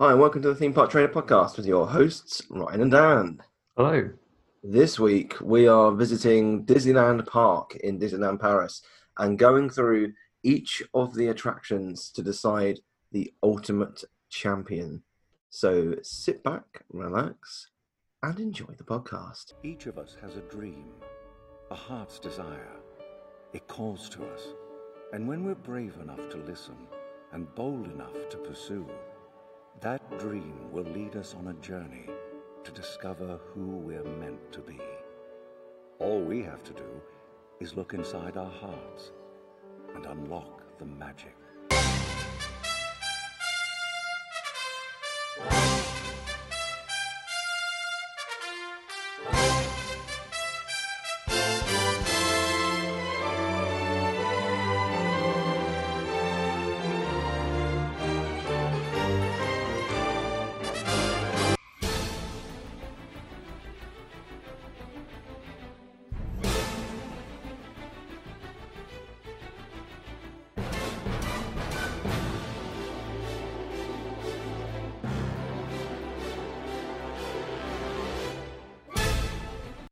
Hi, and welcome to the Theme Park Trainer Podcast with your hosts, Ryan and Dan. Hello. This week, we are visiting Disneyland Park in Disneyland Paris and going through each of the attractions to decide the ultimate champion. So sit back, relax, and enjoy the podcast. Each of us has a dream, a heart's desire. It calls to us. And when we're brave enough to listen and bold enough to pursue, that dream will lead us on a journey to discover who we're meant to be. All we have to do is look inside our hearts and unlock the magic.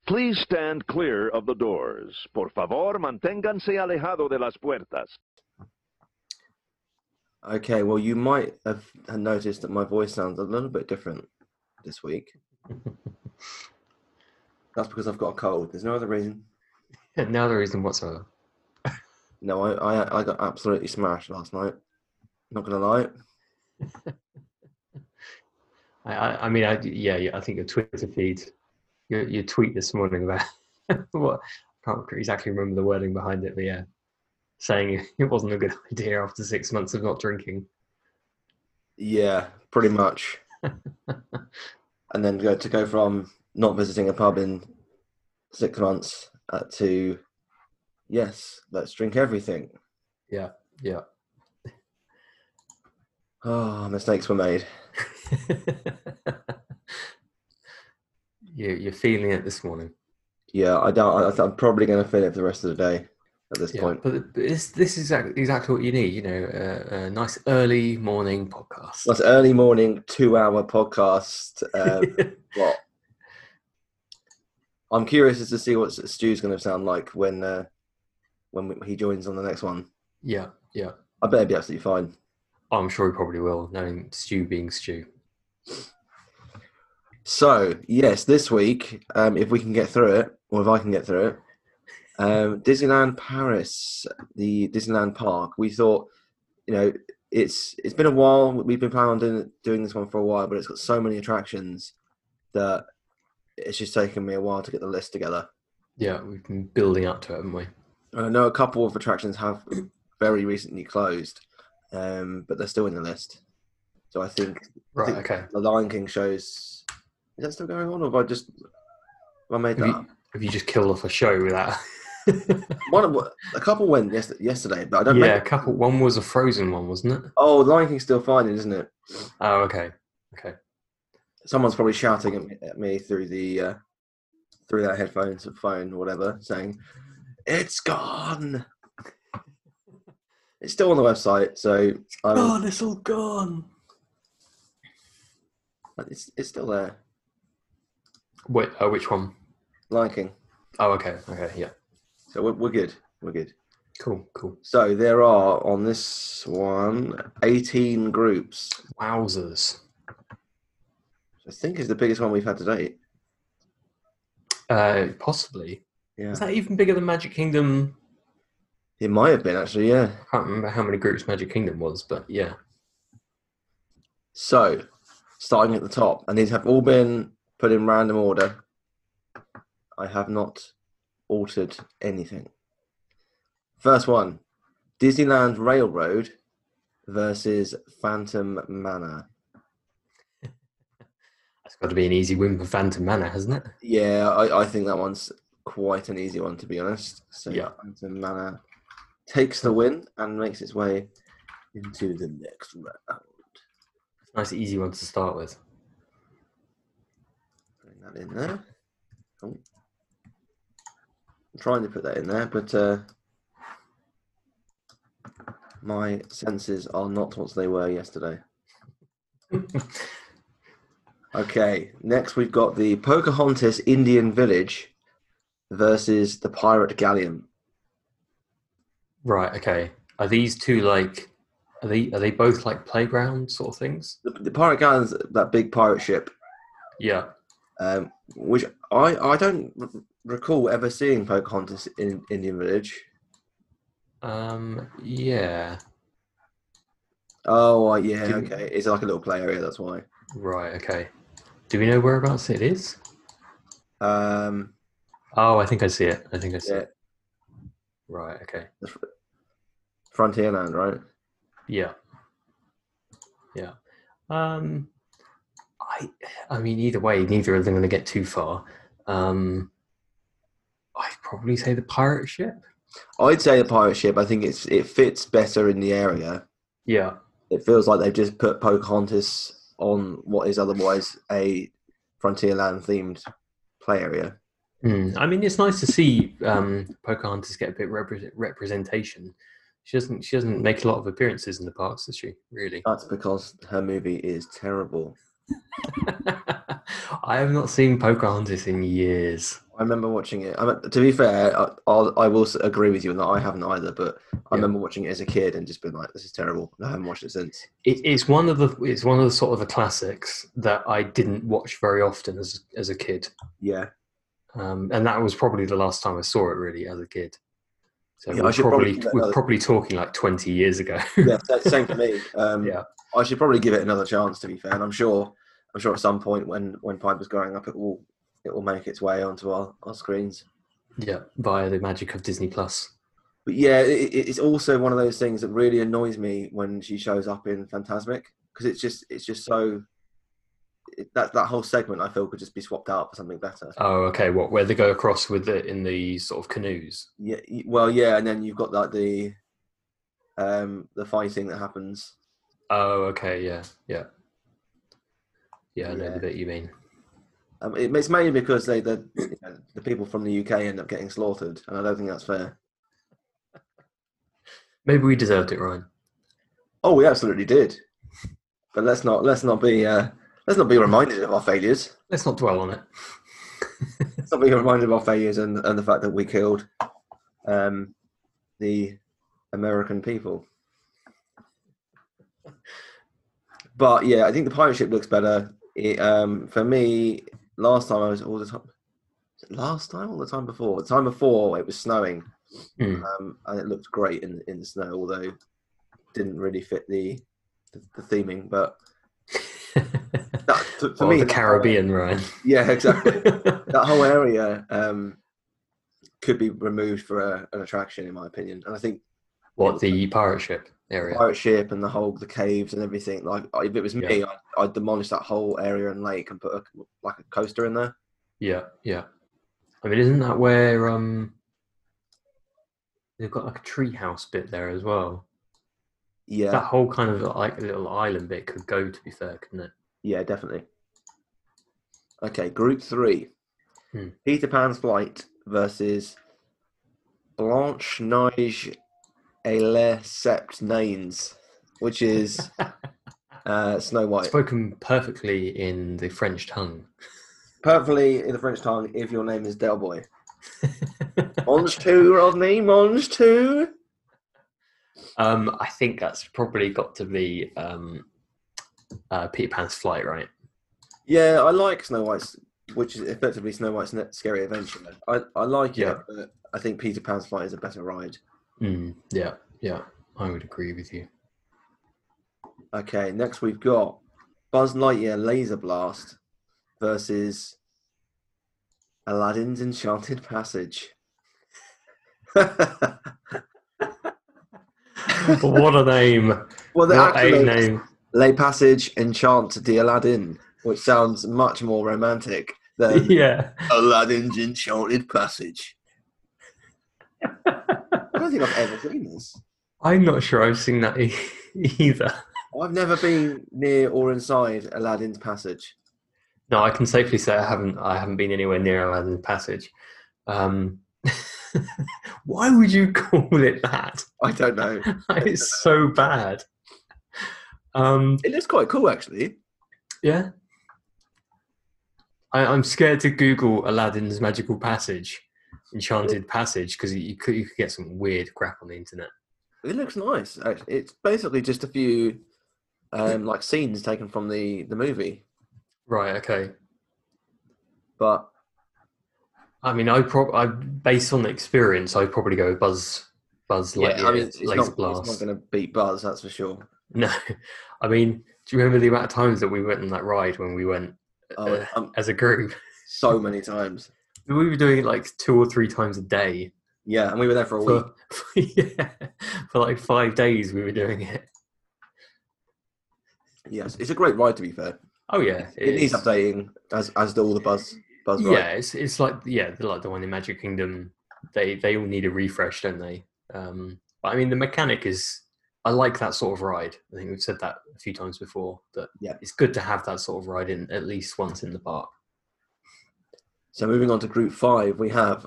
Please stand clear of the doors. Por favor, manténganse alejado de las puertas. Okay, well, you might have have noticed that my voice sounds a little bit different this week. That's because I've got a cold. There's no other reason. No other reason whatsoever. No, I, I, I got absolutely smashed last night. Not gonna lie. I, I, I mean, I, yeah, yeah, I think your Twitter feed, your, your tweet this morning about what I can't exactly remember the wording behind it, but yeah, saying it wasn't a good idea after six months of not drinking. Yeah, pretty much. and then go to go from not visiting a pub in six months uh, to yes, let's drink everything. Yeah, yeah. Oh, mistakes were made. you, you're feeling it this morning. Yeah, I doubt. I, I'm probably going to feel it for the rest of the day at this point. but this this is exactly, exactly what you need. You know, uh, a nice early morning podcast. That's early morning, two-hour podcast. Um, what? I'm curious as to see what Stu's going to sound like when uh, when we, he joins on the next one. yeah, yeah. I bet it'd be absolutely fine. I'm sure he probably will, knowing Stew being Stew. So yes, this week, um, if we can get through it, or if I can get through it, um, Disneyland Paris, the Disneyland park. We thought, you know, it's it's been a while. We've been planning on doing doing this one for a while, but it's got so many attractions that it's just taken me a while to get the list together. Yeah, we've been building up to it, haven't we? And I know a couple of attractions have very recently closed, um, but they're still in the list. So I think Right. think- Okay. the Lion King shows. Is that still going on, or have I just have I made Have that? up? you, have you just killed off a show with that? One, a couple went yes, yesterday, but I don't. yeah, Yeah. a couple. One was a frozen one, wasn't it? Oh, Lion King's still fine, isn't it? Oh, okay. Okay. Someone's probably shouting at me, at me through the uh, through their headphones or phone or whatever, saying, "It's gone." It's still on the website, so um, Oh, it's all gone. it's it's still there. Wait, oh, which one? Lion King. Oh, okay. Okay. Yeah. So we're, we're good. We're good. Cool. Cool. So there are on this one 18 groups. Wowzers. I think is the biggest one we've had to date. Uh, possibly. Yeah. Is that even bigger than Magic Kingdom? It might have been actually, yeah. I can't remember how many groups Magic Kingdom was, but yeah. So, starting at the top, and these have all been put in random order. I have not altered anything. First one Disneyland Railroad versus Phantom Manor. That's got to be an easy win for Phantom Manor, hasn't it? Yeah, I, I think that one's quite an easy one, to be honest. So, Yeah. Phantom Manor takes the win and makes its way into the next round. It's a nice, easy one to start with. Putting that in there. Oh. I'm trying to put that in there, but uh, my senses are not what they were yesterday. Okay, next we've got the Pocahontas Indian Village versus the Pirate Galleon. Right. Okay. Are these two like? Are they are they both like playground sort of things? The, the Pirate Galleon's that big pirate ship, Yeah. um, which I, I don't r- recall ever seeing Pocahontas in Indian Village. Um. Yeah. Oh, uh, yeah, Didn't- okay. It's like a little play area, that's why. Right. Okay. Do we know whereabouts it is? Um, Oh, I think I see it. I think I see yeah, it. Right. Okay. Frontierland, right? Yeah. Yeah. Um I I mean either way, neither of them are gonna get too far. Um I'd probably say the pirate ship. I'd say the pirate ship. I think it's it fits better in the area. Yeah. It feels like they've just put Pocahontas on what is otherwise a Frontierland themed play area. Mm. I mean it's nice to see um Pocahontas get a bit repre- representation. She doesn't she doesn't make a lot of appearances in the parks, does she? Really? That's because her movie is terrible. I have not seen Pocahontas in years. I remember watching it. I mean, to be fair, I, I'll, I will s- agree with you in that I haven't either. But I Yeah. remember watching it as a kid and just been like, "This is terrible." And I haven't watched it since. it, it's one of the it's one of the sort of the classics that I didn't watch very often as as a kid, Yeah, um, and that was probably the last time I saw it really as a kid. So Yeah, I we're should probably probably, give it we're another- probably talking like twenty years ago. yeah, sa- same for me. Um, Yeah. I should probably give it another chance. To be fair, and I'm sure, I'm sure at some point when when Piper's growing up, it will it will make its way onto our, our screens. yeah, via the magic of Disney Plus. But yeah, it, it- it's also one of those things that really annoys me when she shows up in Fantasmic because it's just it's just so it, that that whole segment I feel could just be swapped out for something better. Oh, okay. What where they go across with the in the sort of canoes? Yeah, y- well, yeah, and then you've got like the um the fighting that happens. Oh, okay. Yeah, yeah, yeah. I know Yeah. the bit you mean. Um, it- it's mainly because they the you know, the people from the UK end up getting slaughtered, and I don't think that's fair. Maybe we deserved it, Ryan. Oh, we absolutely did, but let's not let's not be uh, let's not be reminded of our failures. Let's not dwell on it. Let's not be reminded of our failures and and the fact that we killed um, the American people. But yeah, I think the pirate ship looks better. It, um, for me, last time I was all the time. Last time, or the time before? The time before, it was snowing. Mm. um, and it looked great in in the snow, although didn't really fit the the, the theming. But that, for, for or me, the that- Caribbean, Ryan. yeah, exactly. that whole area um, could be removed for a, an attraction, in my opinion. And I think What the pirate ship the area? pirate ship and the whole the caves and everything. Like, I- if it was me, I, I'd demolish that whole area and lake and put a, like a coaster in there. Yeah, yeah. I mean, isn't that where um they've got like a treehouse bit there as well? Yeah, That whole kind of like little island bit could go. To be fair, couldn't it? yeah, definitely. Okay, group three. Hmm. Peter Pan's Flight versus Blanche Neige et les Sept Nains, which is uh, Snow White. Spoken perfectly in the French tongue. Perfectly in the French tongue if your name is Del Boy. Monge two, Rodney, Monge two. um, I think that's probably got to be um, uh, Peter Pan's flight, right? Yeah, I like Snow White's, which is effectively Snow White's Net Scary Adventure. I, I like it, Yeah. but I think Peter Pan's Flight is a better ride. Mm, yeah, yeah. I would agree with you. Okay, next we've got Buzz Lightyear Laser Blast versus Aladdin's Enchanted Passage. well, what a name! the what actual a name is name! Le Passage Enchant de Aladdin, which sounds much more romantic than yeah. Aladdin's Enchanted Passage. I don't think I've ever seen this. I'm not sure I've seen that e- either. I've never been near or inside Aladdin's Passage. No, I can safely say I haven't. I haven't been anywhere near Aladdin's Passage. Um, why would you call it that? I don't know. It's so bad. Um, It looks quite cool, actually. yeah. I, I'm scared to Google Aladdin's magical passage, enchanted passage, because you could, you could get some weird crap on the internet. It looks nice. Actually. It's basically just a few um, like scenes taken from the the movie, Right. Okay. but I mean, I prob I based on the experience, I'd probably go Buzz Buzz Lightyear, yeah, I mean, it's not, Laser it's Blast. not going to beat Buzz, that's for sure. No, I mean, do you remember the amount of times that we went on that ride when we went Oh, Uh, um, as a group? so many times. We were doing it like two or three times a day. Yeah, and we were there for a week. For, for- yeah, for like five days, we were doing it. Yes, it's a great ride to be fair. Oh yeah, It, needs is. updating as as do all the Buzz Buzz rides. Yeah, it's it's like yeah, the- like the one in Magic Kingdom. They they all need a refresh, don't they? Um, but I mean, the mechanic is. I like that sort of ride. I think we've said that a few times before. That Yeah. it's good to have that sort of ride in at least once in the park. So moving on to group five, we have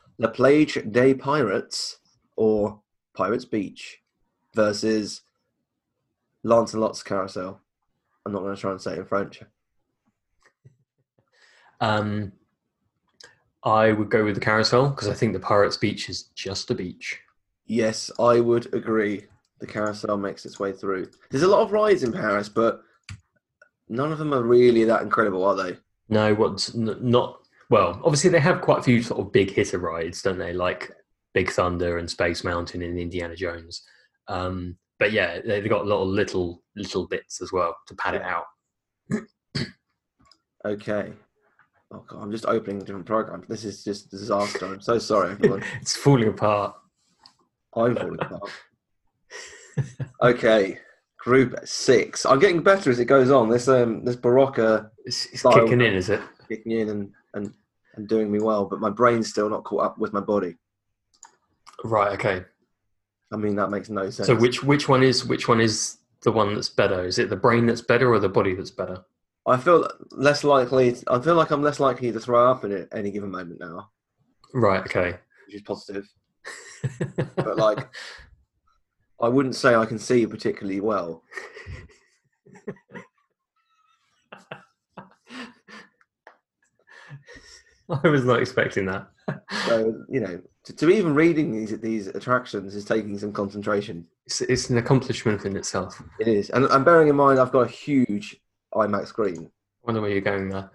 La Plage des Pirates or Pirates Beach versus Lancelot's Carousel. I'm not going to try and say it in French. Um, I would go with the carousel because I think the Pirates Beach is just a beach. Yes, I would agree. The carousel makes its way through. There's a lot of rides in Paris, but none of them are really that incredible, are they? No, what's n- not well. Obviously, they have quite a few sort of big hitter rides, don't they? Like Big Thunder and Space Mountain and Indiana Jones. Um, but yeah, they- they've got a lot of little little bits as well to pad it out. Okay. Oh god, I'm just opening different programs. This is just a disaster. I'm so sorry, everyone. it's falling apart. I'm falling apart. Okay, group six. I'm getting better as it goes on. This um this Barocca It's, it's Sorry. kicking in, is it? kicking in and, and and doing me well, but my brain's still not caught up with my body. Right. Okay. I mean that makes no sense. So which which one is which one is the one that's better? Is it the brain that's better or the body that's better? I feel less likely. I feel like I'm less likely to throw up in it at any given moment now, Right. Okay. which is positive. But like, I wouldn't say I can see particularly well. I was not expecting that. So you know, to, to even reading these these attractions is taking some concentration. It's, it's an accomplishment in itself. I It is, and, and bearing in mind I've got a huge IMAX screen. wonder where you're going there.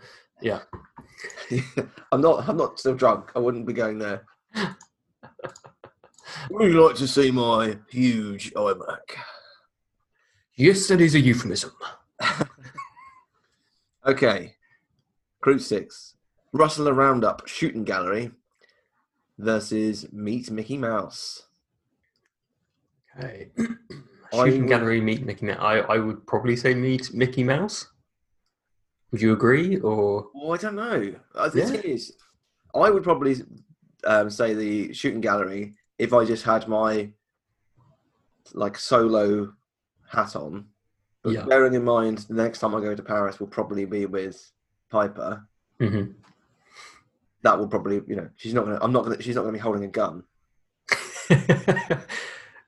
I'm not. I'm not still drunk. I wouldn't be going there. Would you like to see my huge iMac? Yes, that is a euphemism. Okay. Group six. Rustler Roundup Shooting Gallery versus Meet Mickey Mouse. Okay. I Shooting would- gallery, meet Mickey Mouse. I, I would probably say meet Mickey Mouse. Would you agree? Or Well, Oh, I don't know. I think Yeah. it is. I would probably um, say the Shooting Gallery if I just had my like solo hat on. But Yeah. bearing in mind, the next time I go to Paris will probably be with Piper. Mhm. That will probably, you know, she's not gonna. I'm not gonna. She's not gonna be holding a gun. I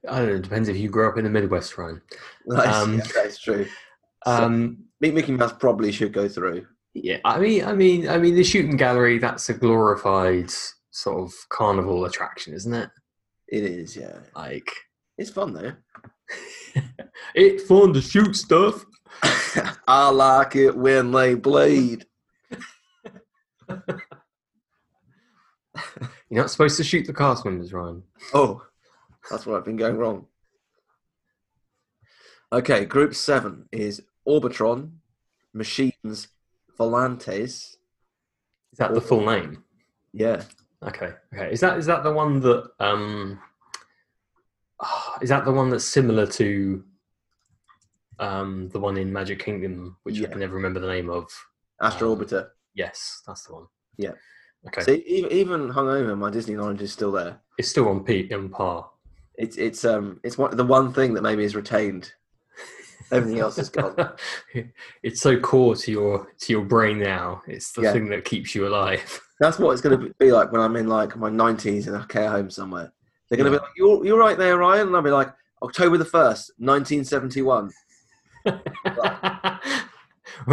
don't know. It depends if you grew up in the Midwest, Ryan. That's, Um, yeah, that's true. So- Um, Meet Mickey Mouse probably should go through. Yeah, I mean, I mean, I mean, the shooting gallery—that's a glorified sort of carnival attraction, isn't it? It is, yeah. Like, It's fun though. it's fun to shoot stuff. I like it when they bleed. You're not supposed to shoot the cast members, Ryan. Oh, that's where I've been going wrong. Okay, group seven is Orbitron, Machines, Volantes. Is that the full name? Yeah, Okay, okay. Is that is that the one that um, ah, is that the one that's similar to um the one in Magic Kingdom, which Yeah. I can never remember the name of? Astro Um, Orbiter. Yes, that's the one. Yeah. Okay, See, even, even hungover, my Disney knowledge is still there. it's still on P on par. It's it's um it's one, the one thing that maybe is retained. Everything else is gone. it's so core to your to your brain now. It's the Yeah. thing that keeps you alive. That's what it's going to be like when I'm in like my 90s in a care home somewhere. They're going to be Yeah. like, "You're you're right there, Ryan," and I'll be like, "October the first, 1971." when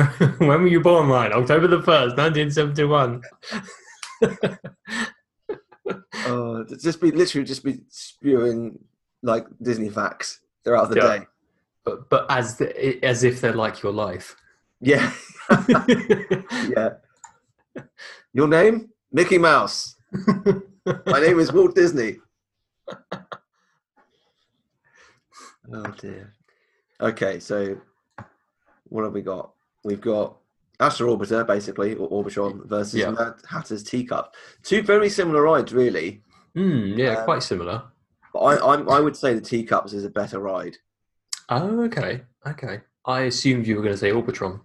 when were you born, Ryan? October the 1st, 1971. Oh, it's just be literally just be spewing like Disney facts throughout the Yeah. day. But, but as, the, as if they're like your life. Yeah, yeah. Your name? Mickey Mouse. My name is Walt Disney. oh dear. Okay, so what have we got? We've got Astro Orbiter, basically, or Orbitron versus Yeah. Mad Hatter's Teacup. Two very similar rides, really. Hmm, yeah, Um, quite similar. But I, I'm, I would say the Teacups is a better ride. Oh, okay. Okay. I assumed you were going to say Orbitron.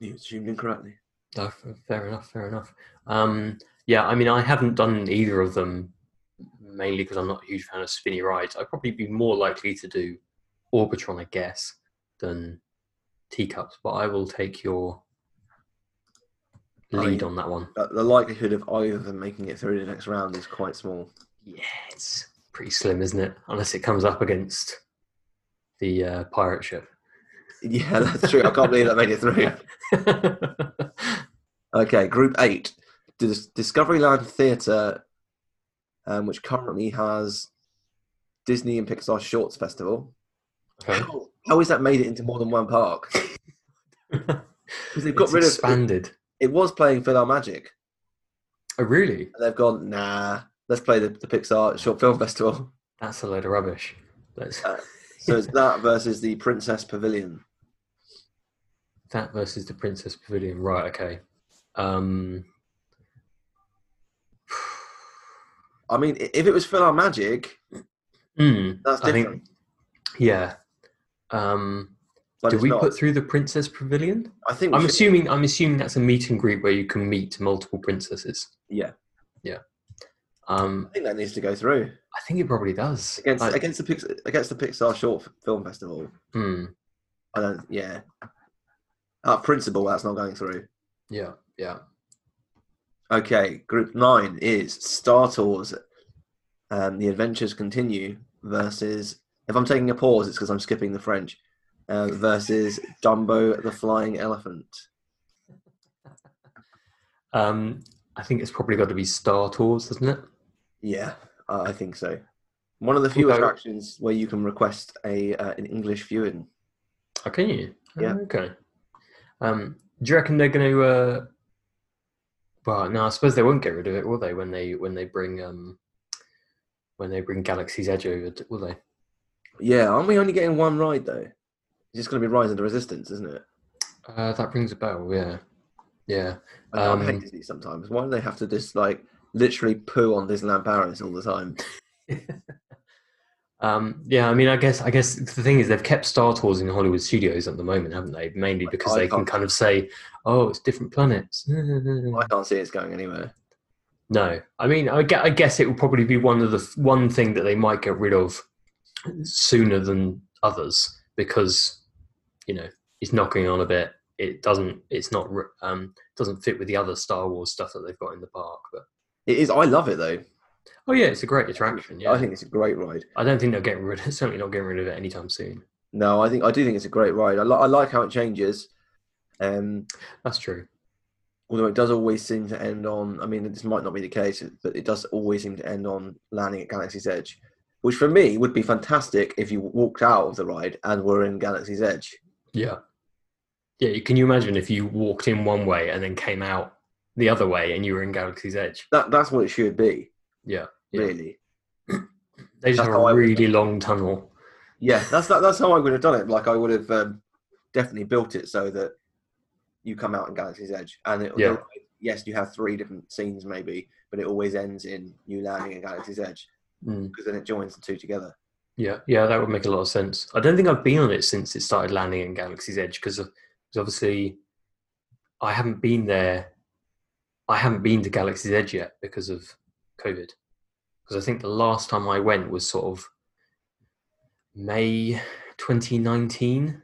You assumed incorrectly. Oh, f- fair enough. Fair enough. Um, yeah, I mean, I haven't done either of them mainly because I'm not a huge fan of spinny rides. I'd probably be more likely to do Orbitron, I guess, than teacups. But I will take your I lead mean- on that one. But the likelihood of either of them making it through the next round is quite small. Yeah, it's pretty slim, isn't it? Unless it comes up against the uh, pirate ship. Yeah, that's true. I can't believe that made it through. Okay, Group Eight, Dis- Discoveryland Theatre, um, which currently has Disney and Pixar Shorts Festival. Okay. How, how is that made it into more than one park? Because they've got It's rid of expanded. it, it was playing Magic, Oh, really? and they've gone nah. Let's play the, the Pixar Short Film Festival. That's a load of rubbish. That's Uh, So it's that versus the Princess Pavilion. that versus the Princess Pavilion. Right, okay. Um, I mean, i- if it was Magic, mm, that's I think- different. yeah. Um, but do it's we not. put through the Princess Pavilion? I think we I'm should- assuming I'm assuming that's a meet and greet where you can meet multiple princesses. Yeah. Um, I think that needs to go through I think it probably does. against I- against the Pix- against the Pixar Short Film Festival. hmm, I don't. Yeah. At principle, that's not going through. yeah, yeah. Okay, group nine is Star Tours. Um, the adventures continue versus. If I'm taking a pause, it's because I'm skipping the French. Uh, versus Dumbo the Flying Elephant. Um, I think it's probably got to be Star Tours, doesn't it? Yeah, I I think so. One of the few Okay. attractions where you can request a uh, an English viewing. Oh, can you? Oh, Yeah. Okay. Um, do you reckon they're going to? Uh... Well, no, I suppose they won't get rid of it, will they? When they when they bring um, when they bring Galaxy's Edge over, d- will they? Yeah, aren't we only getting one ride though? It's just going to be Rise of the Resistance, isn't it? Uh, that rings a bell. Yeah, yeah. I, I Um, hate Disney sometimes. Why do they have to just like literally poo on Disneyland Paris all the time? Um, yeah, I mean, I guess, I guess the thing is they've kept Star Tours in Hollywood studios at the moment, haven't they? Mainly because I they can can't- kind of say, "Oh, it's different planets." I can't see it's going anywhere. No, I mean, I guess, I guess it will probably be one of the f- one thing that they might get rid of sooner than others because you know it's knocking on a bit. It doesn't. It's not. re- Um, doesn't fit with the other Star Wars stuff that they've got in the park. But It is. I love it though. oh yeah, it's a great attraction. Yeah, I think it's a great ride. I don't think they're getting rid. Certainly not getting rid of it anytime soon. No, I think I do think it's a great ride. I, li- I like how it changes. Um, That's true. although it does always seem to end on. I mean, this might not be the case, but it does always seem to end on landing at Galaxy's Edge, which for me would be fantastic if you walked out of the ride and were in Galaxy's Edge. Yeah, yeah. you- Can you imagine if you walked in one way and then came out the other way and you were in Galaxy's Edge? That that's what it should be, Yeah, yeah. really. They That's just have how I a would- really long tunnel. Yeah, that's that, that's how I would have done it. Like I would have um, definitely built it so that you come out in Galaxy's Edge, and it, Yeah. yes, you have three different scenes maybe, but it always ends in you landing at Galaxy's Edge Mm. because then it joins the two together. Yeah, yeah, that would make a lot of sense. I don't think I've been on it since it started landing in Galaxy's Edge because obviously I haven't been there. I haven't been to Galaxy's Edge yet because of COVID. Because I think the last time I went was sort of May 2019,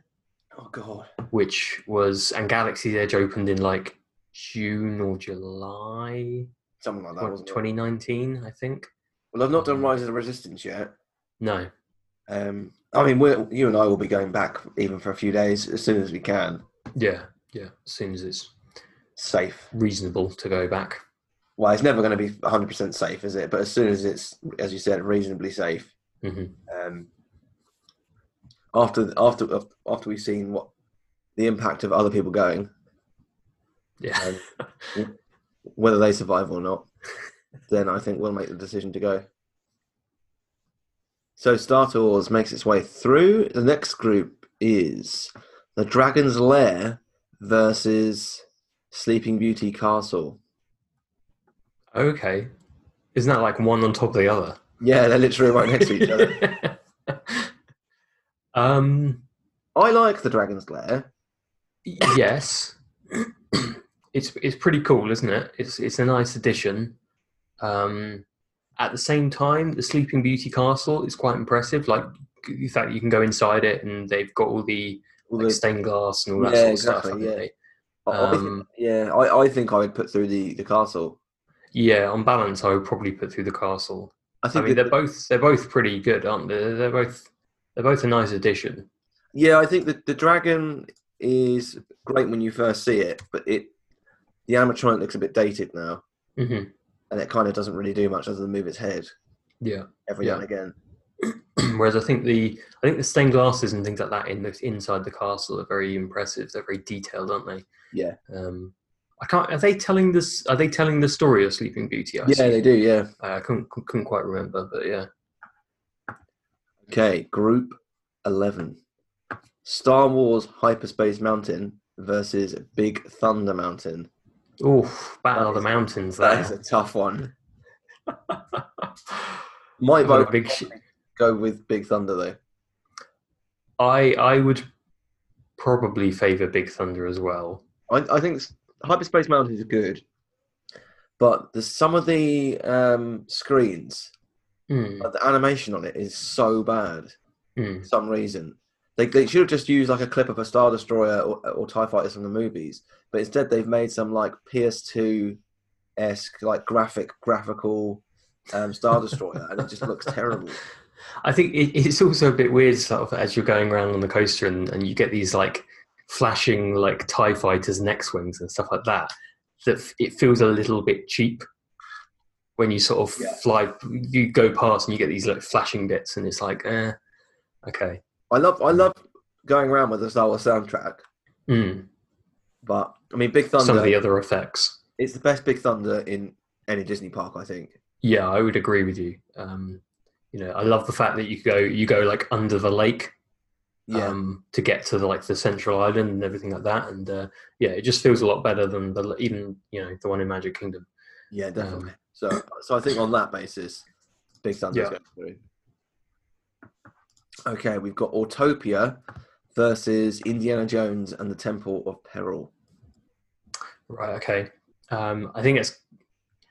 Oh god, which was, and Galaxy's Edge opened in like June or July something like that. wasn't it? 2019, I think. Well, I've not done Rise of the Resistance yet. No. Um, I mean, we're, you and I will be going back even for a few days as soon as we can. Yeah, yeah. As soon as it's Safe. reasonable to go back. Well, it's never going to be 100% safe, is it? But as soon as it's, as you said, reasonably safe. Mhm. Um, after after after we've seen what the impact of other people going, Um, Yeah. whether they survive or not, then I think we'll make the decision to go. So Star Tours makes its way through. The next group is the Dragon's Lair versus Sleeping Beauty Castle. okay. Isn't that like one on top of the other? Yeah, they're literally right next to each other. um. I like the Dragon's Lair. Yes. it's it's pretty cool, isn't it? It's it's a nice addition. Um, at the same time, the Sleeping Beauty Castle is quite impressive. Like the fact that you can go inside it and they've got all the All like, the- stained glass and all that Yeah, sort of exactly, stuff. haven't yeah. they? I- I think- um, yeah, I, I think I would put through the, the castle. Yeah, on balance, I would probably put through the castle. I I think mean, the- they're both they're both pretty good, aren't they? They're- They're both they're both a nice addition. Yeah, I think that the dragon is great when you first see it, but it the animatronic looks a bit dated now, Mm-hmm. hmm and it kind of doesn't really do much other than move its head Yeah. every now Yeah. and again. Whereas I think the I think the stained glasses and things like that in the inside the castle are very impressive. They're very detailed, aren't they? Yeah. Um, I can't. Are they telling this? Are they telling the story of Sleeping Beauty? I yeah, assume? they do. Yeah. I couldn't couldn't quite remember, but yeah. Okay, Group Eleven: Star Wars Hyperspace Mountain versus Big Thunder Mountain. Oh, battle of That the is- mountains. That is There. a tough one. My What a vote big sh- go with Big Thunder though. I I would probably favour Big Thunder as well. I, I think s- Hyperspace Mountain is good, but the some of the um, screens Hmm. But the animation on it is so bad hmm. for some reason. They, they should have just used like a clip of a Star Destroyer or, or TIE fighters from the movies, but instead they've made some like PS2 esque, like graphic, graphical um, Star Destroyer, and it just looks terrible. I think it, it's also a bit weird, sort of, as you're going around on the coaster and, and you get these like flashing like Tie Fighters and X wings and stuff like that. That f- it feels a little bit cheap when you sort of Yeah. fly, you go past and you get these like flashing bits, and it's like, eh, okay, I love I love going around with the Star Wars soundtrack, mm, but I mean, Big some Thunder, of the other effects. it's the best Big Thunder in any Disney park, I think. Yeah, I would agree with you. Um, you know, I love the fact that you go you go like under the lake Yeah. um, to get to the, like the central island and everything like that. And uh, yeah, it just feels a lot better than the even you know the one in Magic Kingdom. Yeah, Um, definitely. so, so I think on that basis, Big Thunder's Yeah. going through. Okay, we've got Autopia versus Indiana Jones and the Temple of Peril. Right. Okay. Um, I think it's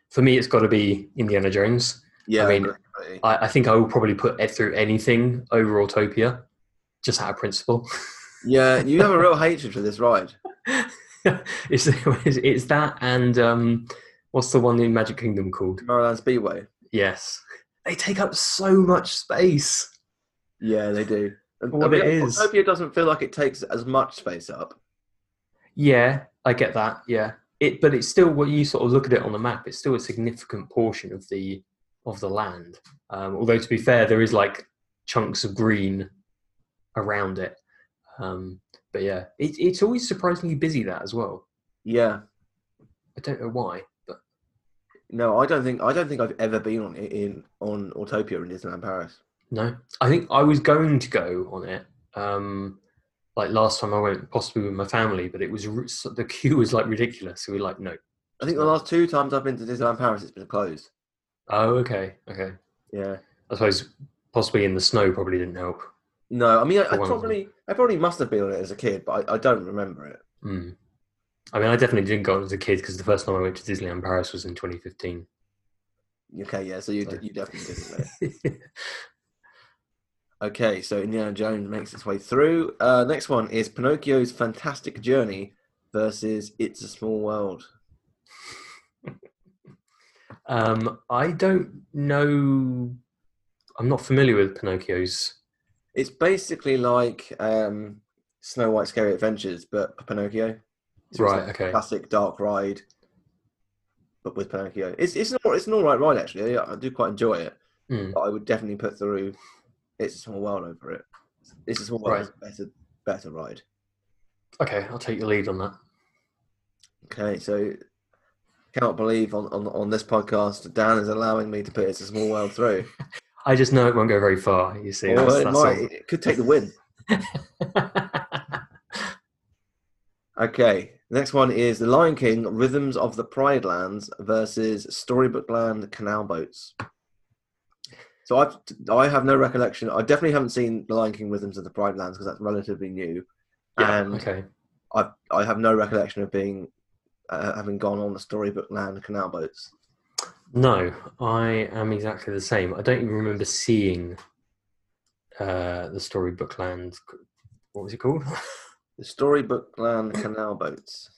for me. It's got to be Indiana Jones. Yeah, I mean, agree. I, I think I will probably put it through anything over Autopia, just out of principle. yeah, you have a real hatred for this ride. it's, it's it's that and um, what's the one in Magic Kingdom called? Tomorrowland Speedway. Yes, they take up so much space. Yeah, they do. And- What it is. Autopia doesn't feel like it takes as much space up. Yeah, I get that. Yeah, it, but it's still what you sort of look at it on the map. It's still a significant portion of the of the land. Um, although to be fair, there is like chunks of green around it. Um, but yeah, it, it's always surprisingly busy that as well. Yeah. I don't know why, but No, I don't think I don't think I've ever been on it in on Autopia in Disneyland Paris. no, I think I was going to go on it. Um, like last time I went, possibly with my family, but it was ri- so- the queue was like ridiculous. So we were like, no. I think the last two times I've been to Disneyland Paris, it's been closed. Oh, okay, okay. Yeah. I suppose possibly in the snow probably didn't help. No, I mean, I, For I one of them. probably, I probably must have been on it as a kid, but I, I don't remember it. Mm. I mean, I definitely didn't go as a kid because the first time I went to Disneyland Paris was in 2015. Okay, yeah, so you, So- d you definitely didn't. know. Okay, so Indiana Jones makes its way through. Uh, next one is Pinocchio's Fantastic Journey versus It's a Small World. um, I don't know. I'm not familiar with Pinocchio's It's basically like um, Snow White's Scary Adventures, but for Pinocchio. So it's Right, like a okay. Classic dark ride, but with Pinocchio. It's it's an al- it's an all right ride actually. I I do quite enjoy it. Mm. But I would definitely put through. It's a small world over it. It's a small world. Right. Better better ride. Okay, I'll take your lead on that. Okay, so cannot believe on, on on this podcast Dan is allowing me to put it's a small world through. I just know it won't go very far. You see, Although that's, it, that's might, Oh, it could take the win. all. Okay, next one is The Lion King: Rhythms of the Pride Lands versus Storybook Land Canal Boats. So I I have no recollection. I definitely haven't seen The Lion King: Rhythms of the Pride Lands because that's relatively new, Yeah, and okay. I I have no recollection of being uh, having gone on the Storybook Land Canal Boats. No, I am exactly the same. I don't even remember seeing uh, the storybook land. What was it called? The Storybook Land Canal Boats.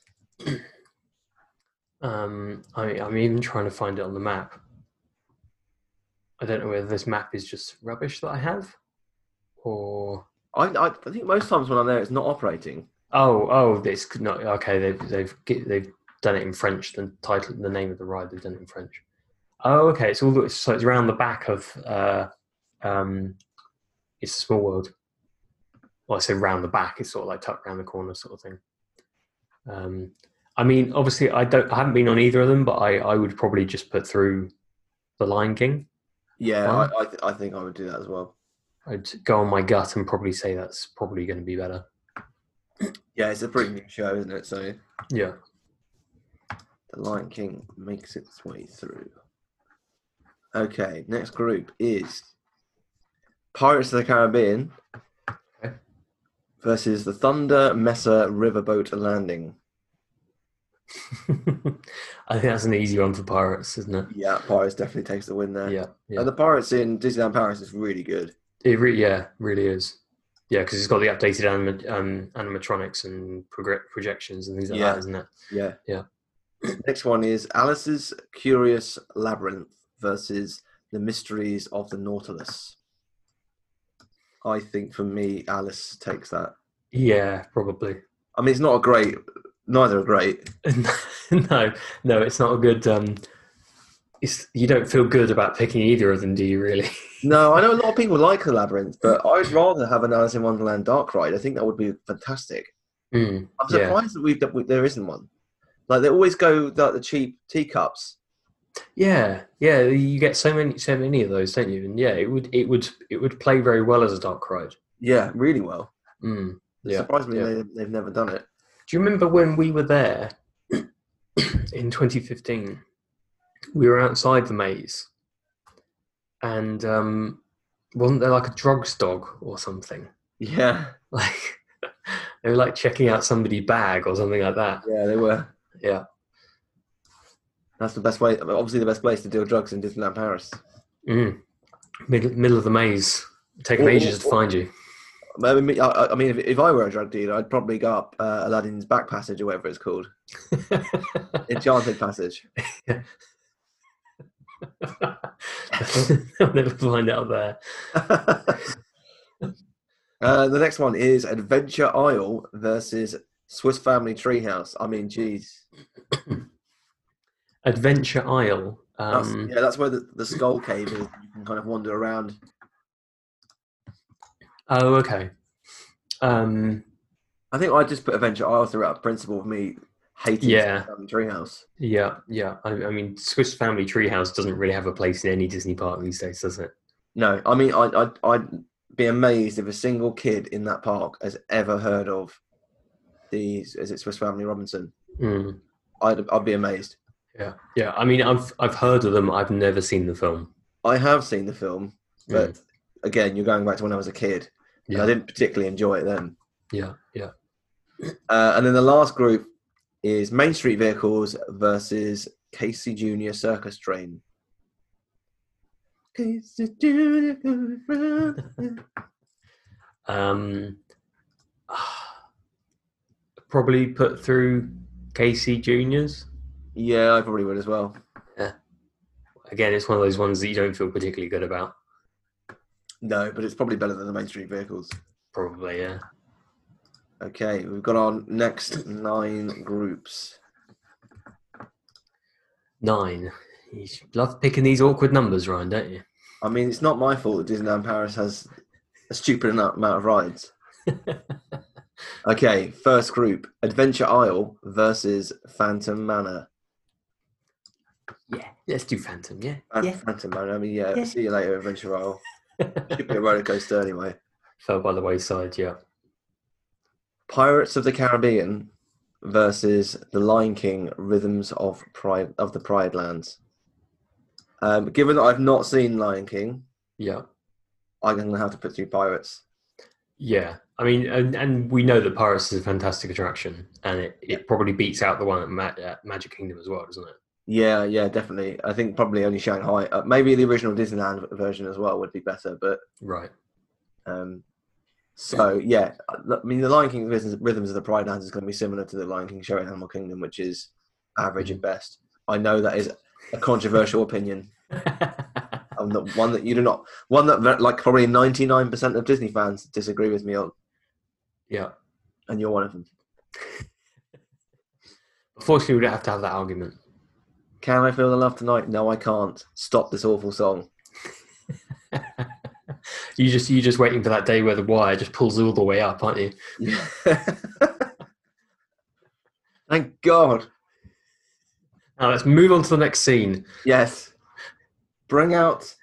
Um, I, I'm even trying to find it on the map. I don't know whether this map is just rubbish that I have, or I, I I think most times when I'm there, it's not operating. oh oh this could not okay they've they've gi- they've done it in French the title the name of the ride they've done it in French. Oh okay it's all the- so it's around the back of uh, um, it's a small world. Well, I say round the back. It's sort of like tucked round the corner, sort of thing. Um, I mean, obviously, I don't. I haven't been on either of them, but I, I would probably just put through the Lion King. Yeah, Wow. I I, th- I think I would do that as well. I'd go on my gut and probably say that's probably going to be better. Yeah, it's a pretty new show, isn't it? So. Yeah. The Lion King makes its way through. Okay, next group is Pirates of the Caribbean Okay. versus the Thunder Mesa Riverboat Landing. I think that's an easy one for pirates, isn't it? Yeah, Pirates definitely takes the win there. Yeah, yeah. And the Pirates in Disneyland Paris is really good. It re- yeah, really is. Yeah, because it's got the updated anima- um, animatronics and progr- projections and things like Yeah. that, isn't it? Yeah. Yeah. Next one is Alice's Curious Labyrinth versus the Mysteries of the Nautilus. I think for me, Alice takes that. Yeah, probably. I mean, it's not a great, neither are great. no, no, it's not a good. Um, it's you don't feel good about picking either of them, do you? Really? No, I know a lot of people like the labyrinth, but I'd rather have an Alice in Wonderland dark ride. I think that would be fantastic. Mm, I'm Yeah. surprised that we've that we, there isn't one. Like they always go like the cheap teacups. yeah, yeah. You get so many, so many of those, don't you? And yeah, it would, it would, it would play very well as a dark ride. Yeah, really well. Mm, yeah. Surprisingly, yeah. They, they've never done it. Do you remember when we were there in 2015? We were outside the maze, and um, wasn't there like a drugs dog or something? Yeah, Like they were like checking out somebody's bag or something like that. yeah, they were. Yeah. That's the best way. Obviously, the best place to deal drugs in Disneyland Paris. Mm. Middle, middle of the maze, taking Or- ages to or- find you. I mean, I, I mean, if, if I were a drug dealer, I'd probably go up uh, Aladdin's back passage or whatever it's called, Enchanted Passage. I'll never find out there. uh, the next one is Adventure Isle versus Swiss Family Treehouse. I mean, geez, Adventure Isle. that's, Um, yeah, that's where the, the skull cave is. You can kind of wander around. Oh, okay. Um, I think I just put Adventure Isle throughout principle of me hating Yeah. Swiss Family Treehouse. Yeah, yeah. I, I mean, Swiss Family Treehouse doesn't really have a place in any Disney park these days, does it? No, I mean, I, I, I'd be amazed if a single kid in that park has ever heard of these. Is it Swiss Family Robinson? Mm. I'd, I'd be amazed. Yeah, yeah. I mean, I've I've heard of them. I've never seen the film. I have seen the film, but Mm. again, you're going back to when I was a kid. and Yeah. I didn't particularly enjoy it then. Yeah, yeah. Uh, and then the last group is Main Street Vehicles versus Casey Junior Circus Train. Casey Junior. Um, probably put through Casey Juniors. Yeah, I probably would as well. Again, it's one of those ones that you don't feel particularly good about. No, but it's probably better than the mainstream vehicles. Probably, yeah. Okay, we've got our next nine groups. Nine. You love picking these awkward numbers, Ryan, don't you? I mean, it's not my fault that Disneyland Paris has a stupid amo- amount of rides. okay, first group Adventure Isle versus Phantom Manor. Yeah. Let's do Phantom, yeah. Phan- Yeah. Phantom Manor, I mean, yeah, Yeah. see you later, Adventure Isle. Should be a roller coaster anyway. Fell by the wayside, yeah. Pirates of the Caribbean versus The Lion King: Rhythms of Pride of the Pride Lands. Um, given that I've not seen Lion King, Yeah. I'm going to have to put through Pirates. Yeah. I mean, and, and we know that Pirates is a fantastic attraction, and it, it probably beats out the one at, Ma- at Magic Kingdom as well, doesn't it? Yeah, yeah, definitely. I think probably only Shanghai. Uh, maybe the original Disneyland v- version as well would be better. But Right. um, so yeah, I mean, the Lion King rhythms, rhythms of the Pride Lands is going to be similar to the Lion King show in Animal Kingdom, which is average at best. I know that is a controversial opinion, and the one that you do not, one that ve- like probably ninety nine percent of Disney fans disagree with me on, yeah. and you're one of them. Unfortunately, we don't have to have that argument. Can I feel the love tonight? No, I can't. Stop this awful song. You just you're just waiting for that day where the wire just pulls all the way up, aren't you? Yeah. Thank God. Now let's move on to the next scene. Yes. Bring out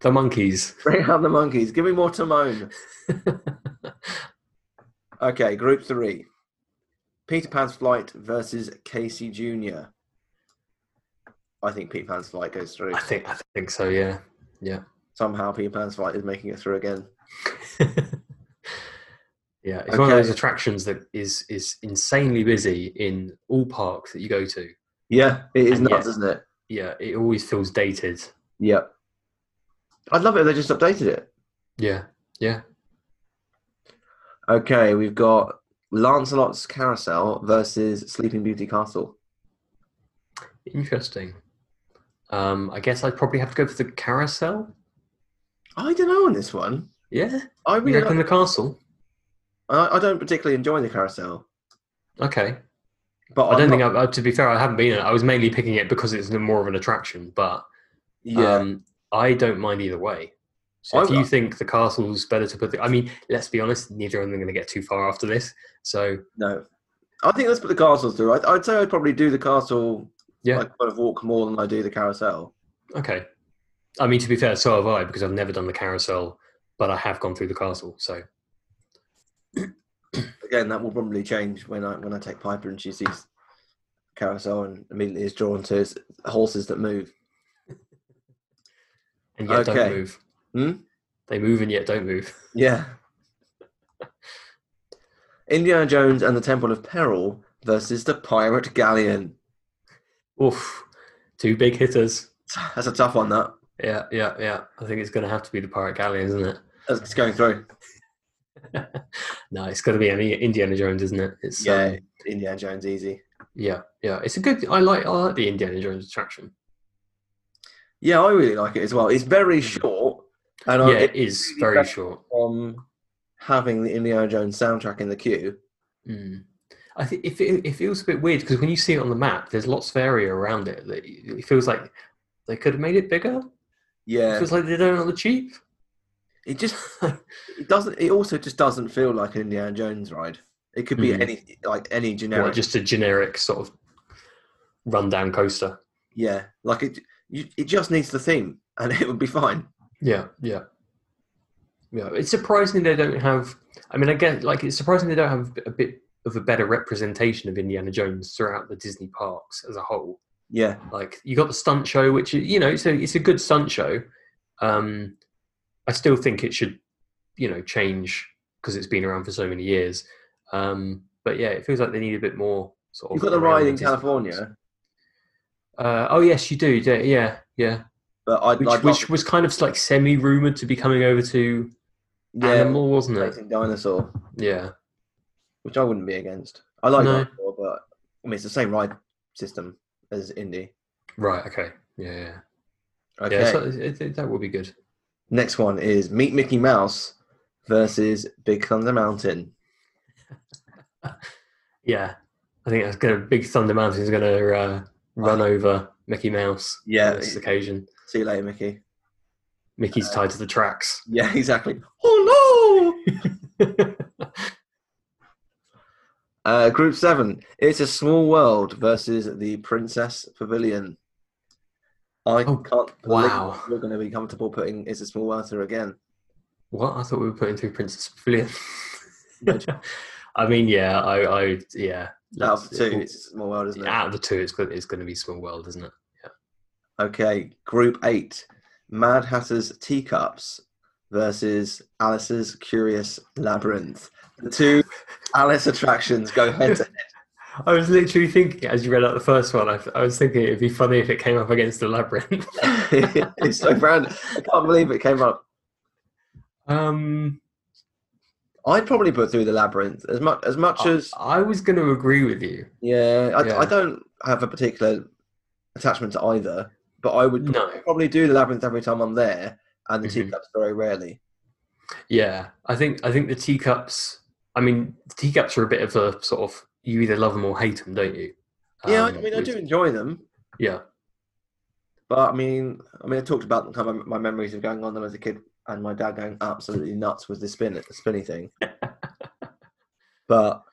The monkeys. bring out the monkeys. Give me more Timon. okay, group three. Peter Pan's flight versus Casey Jr. I think Peter Pan's flight goes through. I think I think so, yeah. Somehow Peter Pan's flight is making it through again. yeah, it's one of Okay. those attractions that is is insanely busy in all parks that you go to. Yeah, it is And nuts, yet- isn't it? Yeah, it always feels dated. Yep. I'd love it if they just updated it. Yeah, yeah. Okay, we've got Lancelot's Carousel versus Sleeping Beauty Castle. Interesting. Um, I guess I'd probably have to go for the carousel. I don't know on this one. Yeah, I you really, reckon the castle? I, I don't particularly enjoy the carousel, Okay. but I I'm don't not- think I, I- to be fair, I haven't been. in it. I was mainly picking it because it's more of an attraction, but Yeah, um, I don't mind either way. So I if you would- think the castle's better to put the, I mean, let's be honest, neither of them are going to get too far after this. So no. I think let's put the castle through. I'd, I'd say I'd probably do the castle, Yeah. like kind of walk more than I do the carousel. okay. I mean, to be fair, so have I because I've never done the carousel, but I have gone through the castle. So Again, that will probably change when I when I take Piper and she sees carousel and immediately is drawn to his horses that move. and yet Okay. don't move. Hmm? They move and yet don't move. Yeah. Indiana Jones and the Temple of Peril versus the Pirate Galleon. Oof, two big hitters. That's a tough one. That Yeah, yeah, yeah. I think it's going to have to be the Pirate Galleon, isn't it? that's it's going through. No, it's got to be I mean, Indiana Jones, isn't it? It's um, yeah, Indiana Jones easy. yeah, yeah. It's a good. I like I like the Indiana Jones attraction. Yeah, I really like it as well. It's very short, and Mm. yeah, I, it is uh, really very better. short. from having the Indiana Jones soundtrack in the queue. Mm. I think it, fe- it feels a bit weird because when you see it on the map, there's lots of area around it that y- it feels like they could have made it bigger. It Yeah, feels like they don't on the cheap. it just it doesn't. It also just doesn't feel like an Indiana Jones ride. It could be Mhm. any like any generic. Or just a generic sort of rundown coaster. yeah, like it. You, it just needs the theme, and it would be fine. Yeah, yeah, yeah. It's surprising they don't have. I mean, again, like it's surprising they don't have a bit of a better representation of Indiana Jones throughout the Disney parks as a whole. Yeah, Like you got the stunt show, which is- you know, so it's a good stunt show. Um, I still think it should, you know, change because it's been around for so many years. Um, but yeah, it feels like they need a bit more sort of. you've got the around ride in Disney parks. California, Uh, oh yes, you do. do- Yeah, yeah. but I'd, Which, I'd which love was kind of like semi rumored to be coming over to yeah, animal, wasn't it? Chasing dinosaur, Yeah, which I wouldn't be against. I like No. dinosaur, but I mean it's the same ride system as Indy. right. Okay. Yeah, yeah. Okay, yeah so it, it, that would be good. Next one is Meet Mickey Mouse versus Big Thunder Mountain. Yeah, I think that's gonna Big Thunder Mountain's gonna uh, run over Mickey Mouse. Yeah. on this occasion, See you later, Mickey. Mickey's tied to the tracks. Yeah, exactly. Oh no! Uh, group seven. It's a small world versus the Princess Pavilion. I Oh, can't believe wow. we're going to be comfortable putting "It's a Small World" through again. what I thought we were putting through Princess Pavilion. No I mean, yeah, I, I yeah. Out of the let's- two, it's a small world, isn't it? out of the two, it's going, it's going to be Small World, isn't it? Okay. Group eight. Mad Hatter's Teacups versus Alice's Curious Labyrinth. The two Alice attractions go head to head. I was literally thinking as you read out the first one. I, I was thinking it'd be funny if it came up against the labyrinth. it's so random. I can't believe it came up. um, I'd probably put through the labyrinth as much as much I, as I was going to agree with you. Oh, Yeah, I, I Yeah. don't have a particular attachment to either, but I would No, probably do the labyrinth every time I'm there, and the Mhm. teacups very rarely. yeah, I think I think the teacups. I mean, teacups are a bit of a sort of you either love them or hate them, don't you? Oh, yeah, I, Um, I mean, I with- do enjoy them, Yeah, but I mean, I mean, I talked about them, kind of my memories of going on them as a kid, and my dad going absolutely nuts with the spin, the spinny thing. but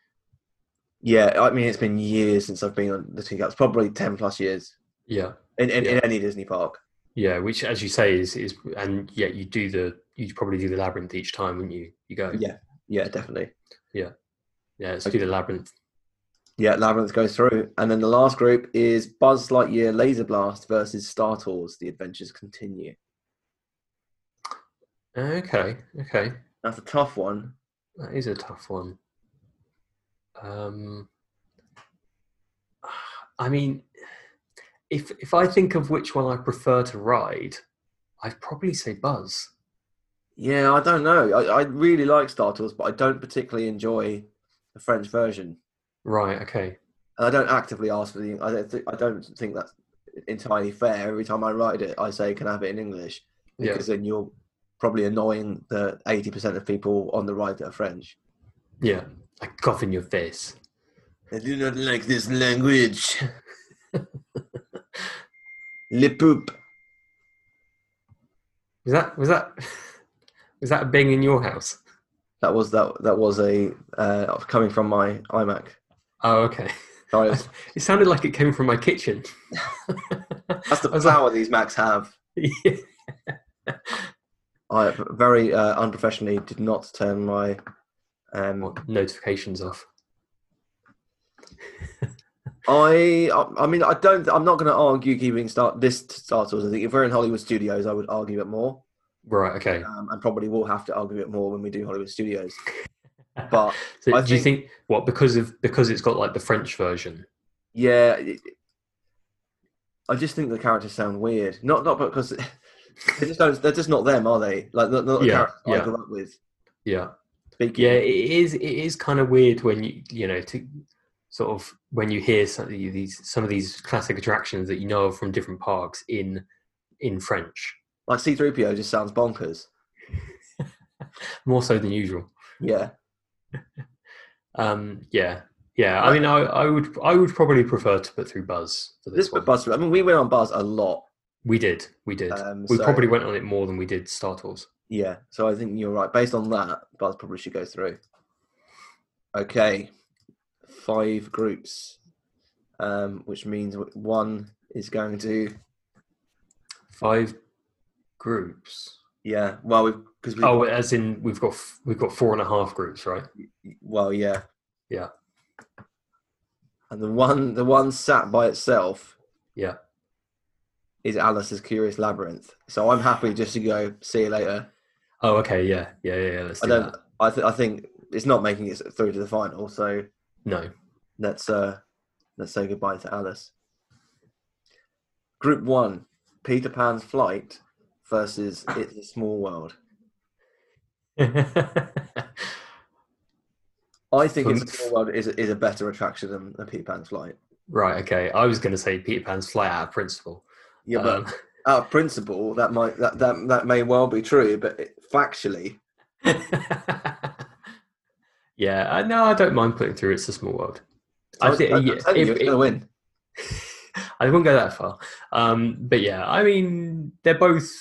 yeah, I mean, it's been years since I've been on the teacups, probably ten plus years yeah, in in, in Yeah. any Disney park. yeah. Which, as you say, is is and yeah, you do the you probably do the labyrinth each time, wouldn't you? You go, Yeah. Yeah, definitely. yeah. Let's do the labyrinth. Yeah, Labyrinth goes through. And then the last group is Buzz Lightyear Laser Blast versus Star Tours. The adventures continue. Okay, okay. That's a tough one. That is a tough one. Um, I mean, if if I think of which one I prefer to ride, I'd probably say Buzz. Yeah, I don't know. I, I really like Star Tours, but I don't particularly enjoy the French version. Right. Okay. And I don't actively ask for the. I don't. Th- I don't think that's entirely fair. Every time I ride it, I say, "Can I have it in English?" Yeah. Because then you're probably annoying the eighty percent of people on the ride that are French. Yeah. I cough in your face. I do not like this language. Le poop. Was that was that was that a bing in your house? That was that. That was a uh, coming from my iMac. Oh, okay. So I was- It sounded like it came from my kitchen. that's the I was like- power these Macs have. yeah. I very uh, unprofessionally did not turn my. Um, What, notifications off. I, I. I mean, I don't. I'm not going to argue keeping start this Star Wars. I think if we're in Hollywood Studios, I would argue it more, Right. Okay. um, and probably will have to argue it more when we do Hollywood Studios. But So I do you think what because of because it's got like the French version? yeah, it, I just think the characters sound weird. Not not because they just don't, they're just not them, are they? Like not, not the Yeah, characters I yeah. grew up with. Yeah. Speaking. yeah it is it is kind of weird when you you know to sort of when you hear some of these some of these classic attractions that you know of from different parks in in french Like C3PO just sounds bonkers. more so than usual Yeah. um yeah yeah Uh, i mean i i would i would probably prefer to put through buzz for this, This one but Buzz, I mean, we went on Buzz a lot. we did we did Um, we so- probably went on it more than we did star tours Yeah. So I think you're right. Based on that, Buzz probably should go through. Okay. Five groups, um, which means w- one is going to. five groups Yeah. Well, we've. Because we. oh as in we've got f- we've got four and a half groups right Well, yeah. Yeah. And the one, the one sat by itself. Yeah. Is Alice's Curious Labyrinth. So I'm happy just to go. See you later. oh okay yeah yeah yeah, yeah let's I do don't. that I, th- I think it's not making it through to the final. So no let's uh, let's say goodbye to Alice. Group one: Peter Pan's flight versus It's a Small World. I think It's a Small World is is a better attraction than, than Peter Pan's flight. Right. Okay. I was going to say Peter Pan's flight out of principle. Yeah, but Um, out of principle, that might that, that that may well be true, but it, factually, Um, yeah, I, no, I don't mind putting through. It's a small world. I I think think yeah, you're going if- to win. I wouldn't go that far. Um, but yeah, I mean, they're both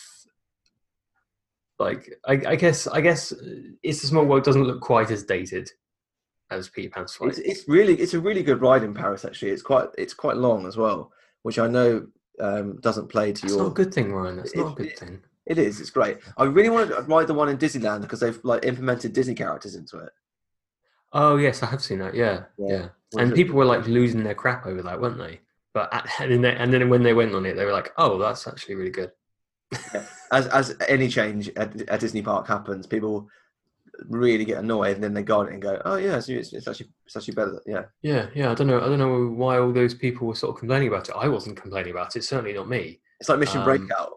like I, I guess I guess uh, it's a small world doesn't look quite as dated as Peter Pan's flight. It's, it's really it's a really good ride in Paris. Actually, it's quite it's quite long as well, which I know um, doesn't play to That's your. not a good thing, Ryan. That's not a It- good it- thing. It is. It's great. I really want to ride the one in Disneyland because they've like implemented Disney characters into it. Oh yes, I have seen that. Yeah, Yeah, yeah. which And is- people were like losing their crap over that, weren't they? But at, and, then they, and then when they went on it, they were like, "Oh, that's actually really good." As as any change at, at Disney Park happens, people really get annoyed and then they guard it and go, oh yeah, it's, it's, it's actually it's actually better. Yeah, Yeah, yeah. I don't know. I don't know why all those people were sort of complaining about it. I wasn't complaining about it. Certainly not me. it's like Mission Um, Breakout.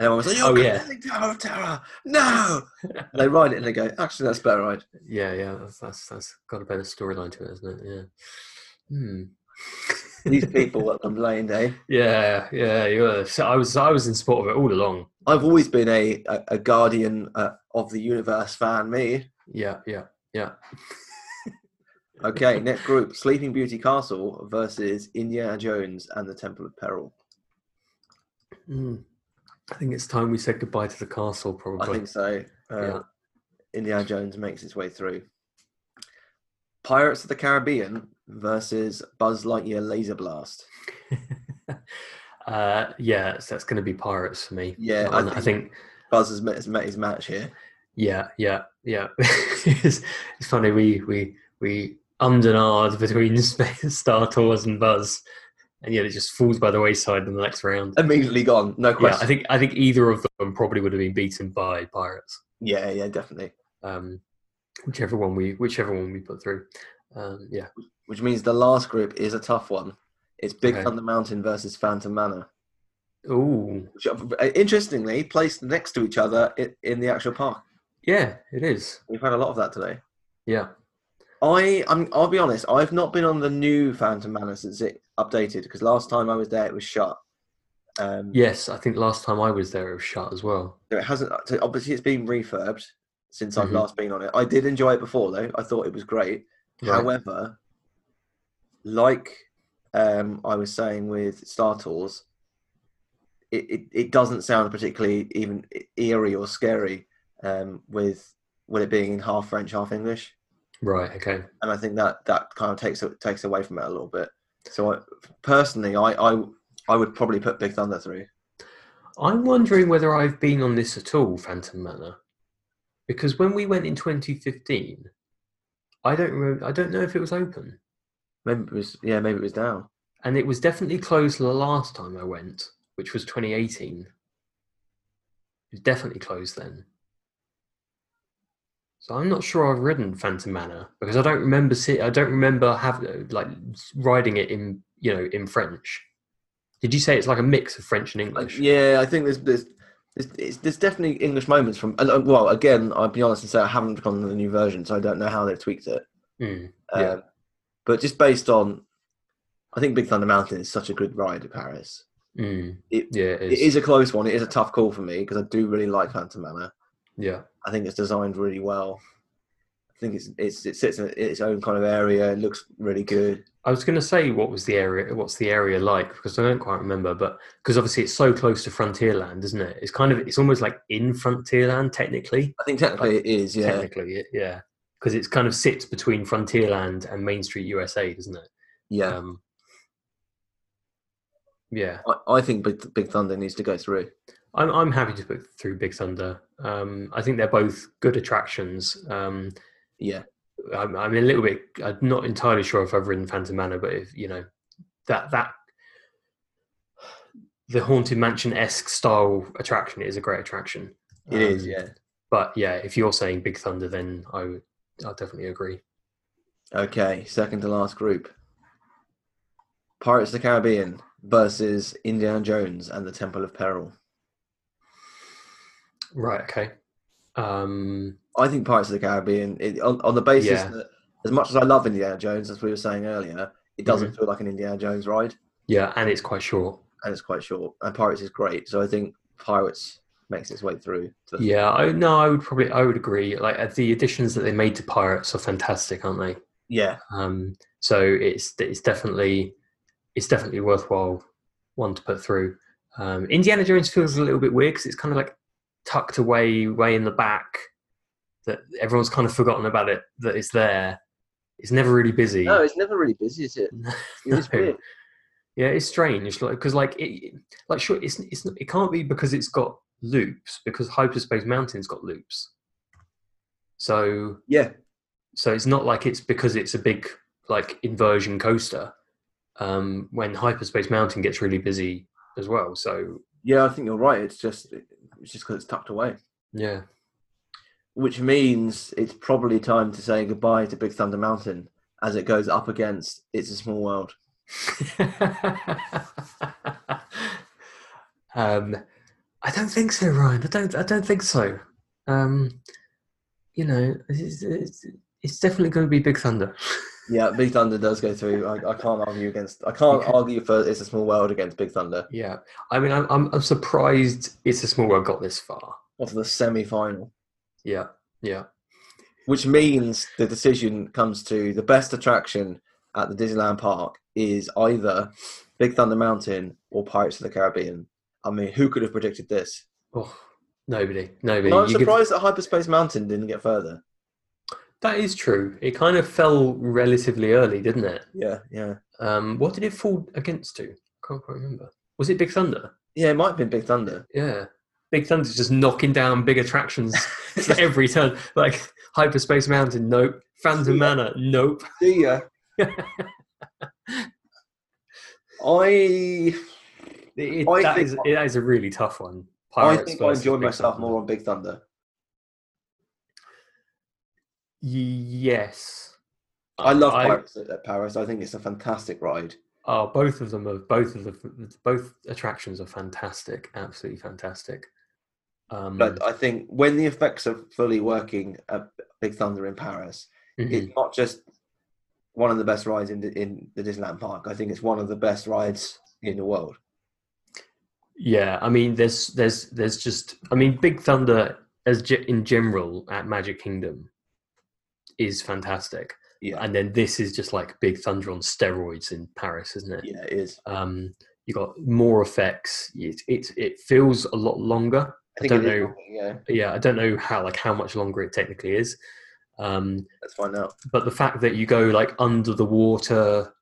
And everyone was like, oh, "You're yeah. killing Tower of Terror!" No, and they ride it and they go, "Actually, that's a better ride." Yeah, yeah. That's that's, that's got a better storyline to it, isn't it? Yeah. Hmm. These people at Lane eh? yeah, yeah. You were, so I was I was in support of it all along. I've always been a a, a guardian uh, of the universe fan. Me. Yeah, yeah, yeah. Okay, next group: Sleeping Beauty Castle versus Indiana Jones and the Temple of Peril. Hmm. I think it's time we said goodbye to the castle. Probably. I think so. Uh, Oh, Yeah. Indiana Jones makes its way through. Pirates of the Caribbean versus Buzz Lightyear Laser Blast. uh, yeah, so that's going to be pirates for me. Yeah, That I one, I, think- think, Buzz has met, has met his match here. Yeah, yeah, yeah. it's, it's funny we we we ummed and ahed between Sp- Star Tours and Buzz, and yet it just falls by the wayside in the next round. Immediately gone, no Yeah, I question. think I think either of them probably would have been beaten by pirates. Yeah, yeah, definitely. Um, whichever one we whichever one we put through. Um, yeah. Which means the last group is a tough one. It's Big Okay. Thunder Mountain versus Phantom Manor. Ooh. Which, uh, interestingly, placed next to each other in, in the actual park. Yeah, it is. We've had a lot of that today. Yeah. I, I'm, I'll be honest. I've not been on the new Phantom Manor since it updated because last time I was there, it was shut. Um, Yes, I think last time I was there, it was shut as well. so it hasn't. So obviously, it's been refurbed since I've Mhm. last been on it. I did enjoy it before, though. I thought it was great. Right. However, like um, I was saying with Star Tours, it, it, it doesn't sound particularly even e-, eerie or scary um, with with it being in half French, half English. Right. Okay. and I think that that kind of takes takes away from it a little bit. So I, personally, I, I I would probably put Big Thunder through. I'm wondering whether I've been on this at all, Phantom Manor, because when we went in 2015, I don't remember, I don't know if it was open, Maybe it was yeah, maybe it was down. and it was definitely closed the last time I went, which was 2018. It was definitely closed then. So I'm not sure I've ridden Phantom Manor because I don't remember see, I don't remember have like riding it in you know in French. Did you say it's like a mix of French and Like, English? yeah, I think there's there's there's, it's, there's definitely English moments from. and, uh, Well, again, I'll be honest and say I haven't gone to the new version, so I don't know how they've tweaked it. Mm, Um, Yeah. But just based on, I think Big Thunder Mountain is such a good ride at Paris. mm, It- yeah, it It is. is a close one. It is a tough call for me because I do really like Phantom Manor. Yeah. I think it's designed really well. I think it's, it's it sits in its own kind of area. It looks really good. I was going to say what was the area, what's the area like? Because I don't quite remember, but because obviously it's so close to Frontierland, isn't it? It's kind of, it's almost like in Frontierland technically. I think technically it is, yeah. Technically, it- yeah, because it's kind of sits between Frontierland and Main Street USA, doesn't it? Yeah, Um, yeah, I, I think Big, Big Thunder needs to go through. I'm I'm happy to put through Big Thunder. Um, I think they're both good attractions. Um, Yeah, I'm, I'm a little bit. I'm not entirely sure if I've ridden Phantom Manor, but if you know that that the haunted mansion esque style attraction is a great attraction. it is. Um, Yeah. But yeah, if you're saying Big Thunder, then I would. I definitely agree. Okay, second to last group: Pirates of the Caribbean versus Indiana Jones and the Temple of Peril. Right. Okay. Um, I think Pirates of the Caribbean, it, on, on the basis Yeah. that as much as I love Indiana Jones, as we were saying earlier, it doesn't feel like an Indiana Jones ride. yeah, and it's quite short. and it's quite short. And Pirates is great, so I think Pirates makes its way through. To the Yeah, I no, I would probably I would agree. Like uh, the additions that they made to Pirates are fantastic, aren't they? yeah, Um, so it's it's definitely it's definitely worthwhile one to put through. Um, Indiana Jones feels a little bit weird because it's kind of like tucked away way in the back that everyone's kind of forgotten about it that it's there. It's never really busy. no, it's never really busy, Oh, is it? No. It's weird. Yeah, it's strange, like because like it, like sure, it's it's not, it can't be because it's got loops because hyperspace mountain's got loops. So Yeah, so it's not like it's because it's a big like inversion coaster. Um, when hyperspace mountain gets really busy as well, so yeah, I think you're right. It's just it's just because it's tucked away, yeah, which means it's probably time to say goodbye to Big Thunder Mountain as it goes up against It's a Small World. um, I don't think so, Ryan. I don't. I don't think so. Um, you know, it's, it's, it's definitely going to be Big Thunder. Yeah, Big Thunder does go through. I, I can't argue against. I can't Okay. argue for It's a Small World against Big Thunder. Yeah, I mean, I'm, I'm, I'm surprised it's a small world got this far. What's the semi-final? Yeah, yeah, Which means the decision comes to the best attraction at the Disneyland Park is either Big Thunder Mountain or Pirates of the Caribbean. I mean, who could have predicted this? Oh, nobody, nobody. And I'm You give- surprised that Hyperspace Mountain didn't get further. that is true. It kind of fell relatively early, didn't it? Yeah, yeah, Um, what did it fall against to? Can't quite remember. Was it Big Thunder? yeah. It might have been Big Thunder. Yeah, Big Thunder's just knocking down big attractions at every turn. Like Hyperspace Mountain, nope. Phantom Yeah. Manor, nope. See ya. I It, I that think- is- that is a really tough one. I Pirates think I versus enjoyed Big myself Thunder. more on Big Thunder. Yes. I love I- Pirates at at Paris. I think it's a fantastic ride. Oh, both of them are both of the both attractions are fantastic, absolutely fantastic. Um, But uh, I think when the effects are fully working at Big Thunder in Paris, mhm. it's not just one of the best rides in the, in the Disneyland Park. I think it's one of the best rides in the world. yeah, I mean, there's there's there's just I mean, Big Thunder as ge- in general at Magic Kingdom is fantastic, Yeah, and then this is just like Big Thunder on steroids in Paris, isn't it? yeah, it is. Um, you got more effects. It, it it feels a lot longer. I, think don't it is- know. Yeah, Yeah, I don't know how like how much longer it technically is. Um, let's find out. but the fact that you go like under the water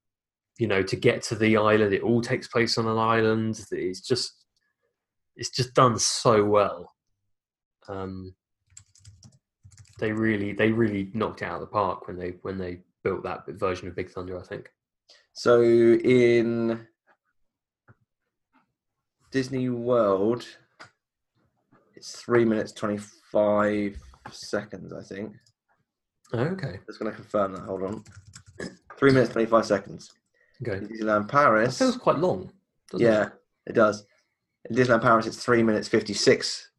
you know to get to the island it all takes place on an island it's just it's just done so well um they really they really knocked it out of the park when they when they built that version of big thunder i think So in Disney World, it's three minutes twenty five seconds. I think. okay Just going to confirm that. Hold on. Three minutes twenty five seconds. okay In Disneyland that Paris. feels quite long doesn't yeah, it? it does. In Disneyland Paris, it's three minutes fifty six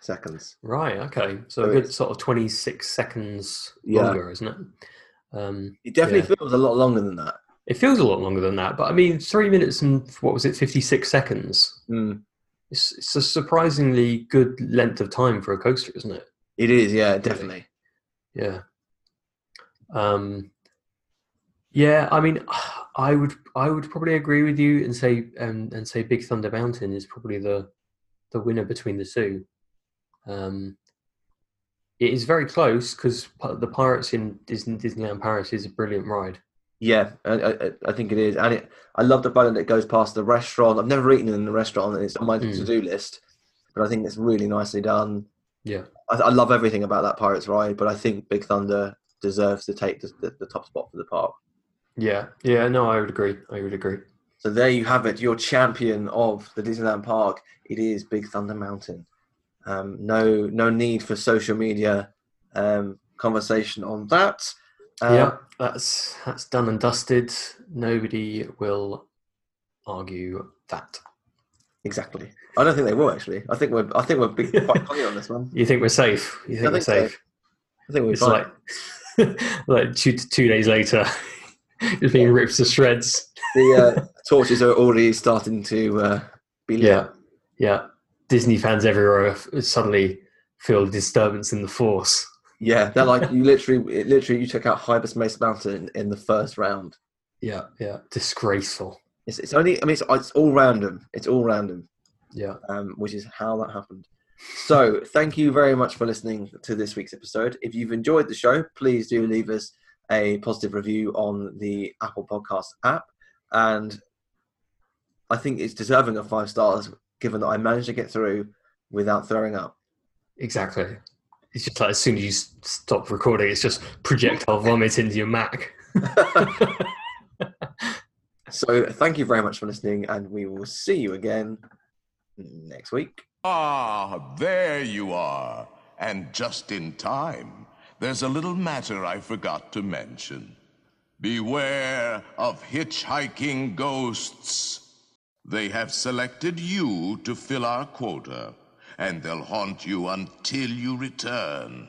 seconds. right okay so So a good it's- sort of 26 seconds Yeah. longer isn't it um It definitely Yeah. feels a lot longer than that. It feels a lot longer than that, but I mean, three minutes and what was it, 56 seconds? Mm. It's, it's a surprisingly good length of time for a coaster, isn't it? It is, yeah, definitely. Yeah. Um, yeah, I mean, I would I would probably agree with you and say um, and say Big Thunder Mountain is probably the the winner between the two. Um, it is very close because the Pirates in Disney, Disneyland Paris is a brilliant ride. Yeah, I, I, I think it is, and it, I love the fact that it goes past the restaurant. I've never eaten in the restaurant, and it's on my Mm. to-do list. But I think it's really nicely done. Yeah. I, I love everything about that Pirates ride, but I think Big Thunder deserves to take the, the, the top spot for the park. Yeah, yeah, no, I would agree. I would agree. So there you have it. Your champion of the Disneyland Park. It is Big Thunder Mountain. Um, no, no need for social media um, conversation on that. Uh, yeah, that's that's done and dusted. Nobody will argue that. exactly. I don't think they will actually. I think we're, I think we're big, quite clear on this one. You think we're safe? You think I we're think so. safe? I think we're It's fine. like like two two days later, it's being ripped to shreds. The uh, torches are already starting to uh, be lit. Yeah, yeah. Disney fans everywhere f- suddenly feel disturbance in the force. Yeah, they're like you literally, it literally, you took out Hyperspace Mountain in the first round. Yeah, yeah. Disgraceful. It's, it's only, I mean, it's, it's all random. It's all random, Yeah. um, which is how that happened. So, thank you very much for listening to this week's episode. If you've enjoyed the show, please do leave us a positive review on the Apple Podcast app. And I think it's deserving of five stars, given that I managed to get through without throwing up. Exactly. It's just like as soon as you s- stop recording, it's just projectile vomit into your Mac. So, thank you very much for listening, and we will see you again next week. Ah, there you are. And just in time. There's a little matter I forgot to mention. Beware of hitchhiking ghosts. They have selected you to fill our quota, and they'll haunt you until you return.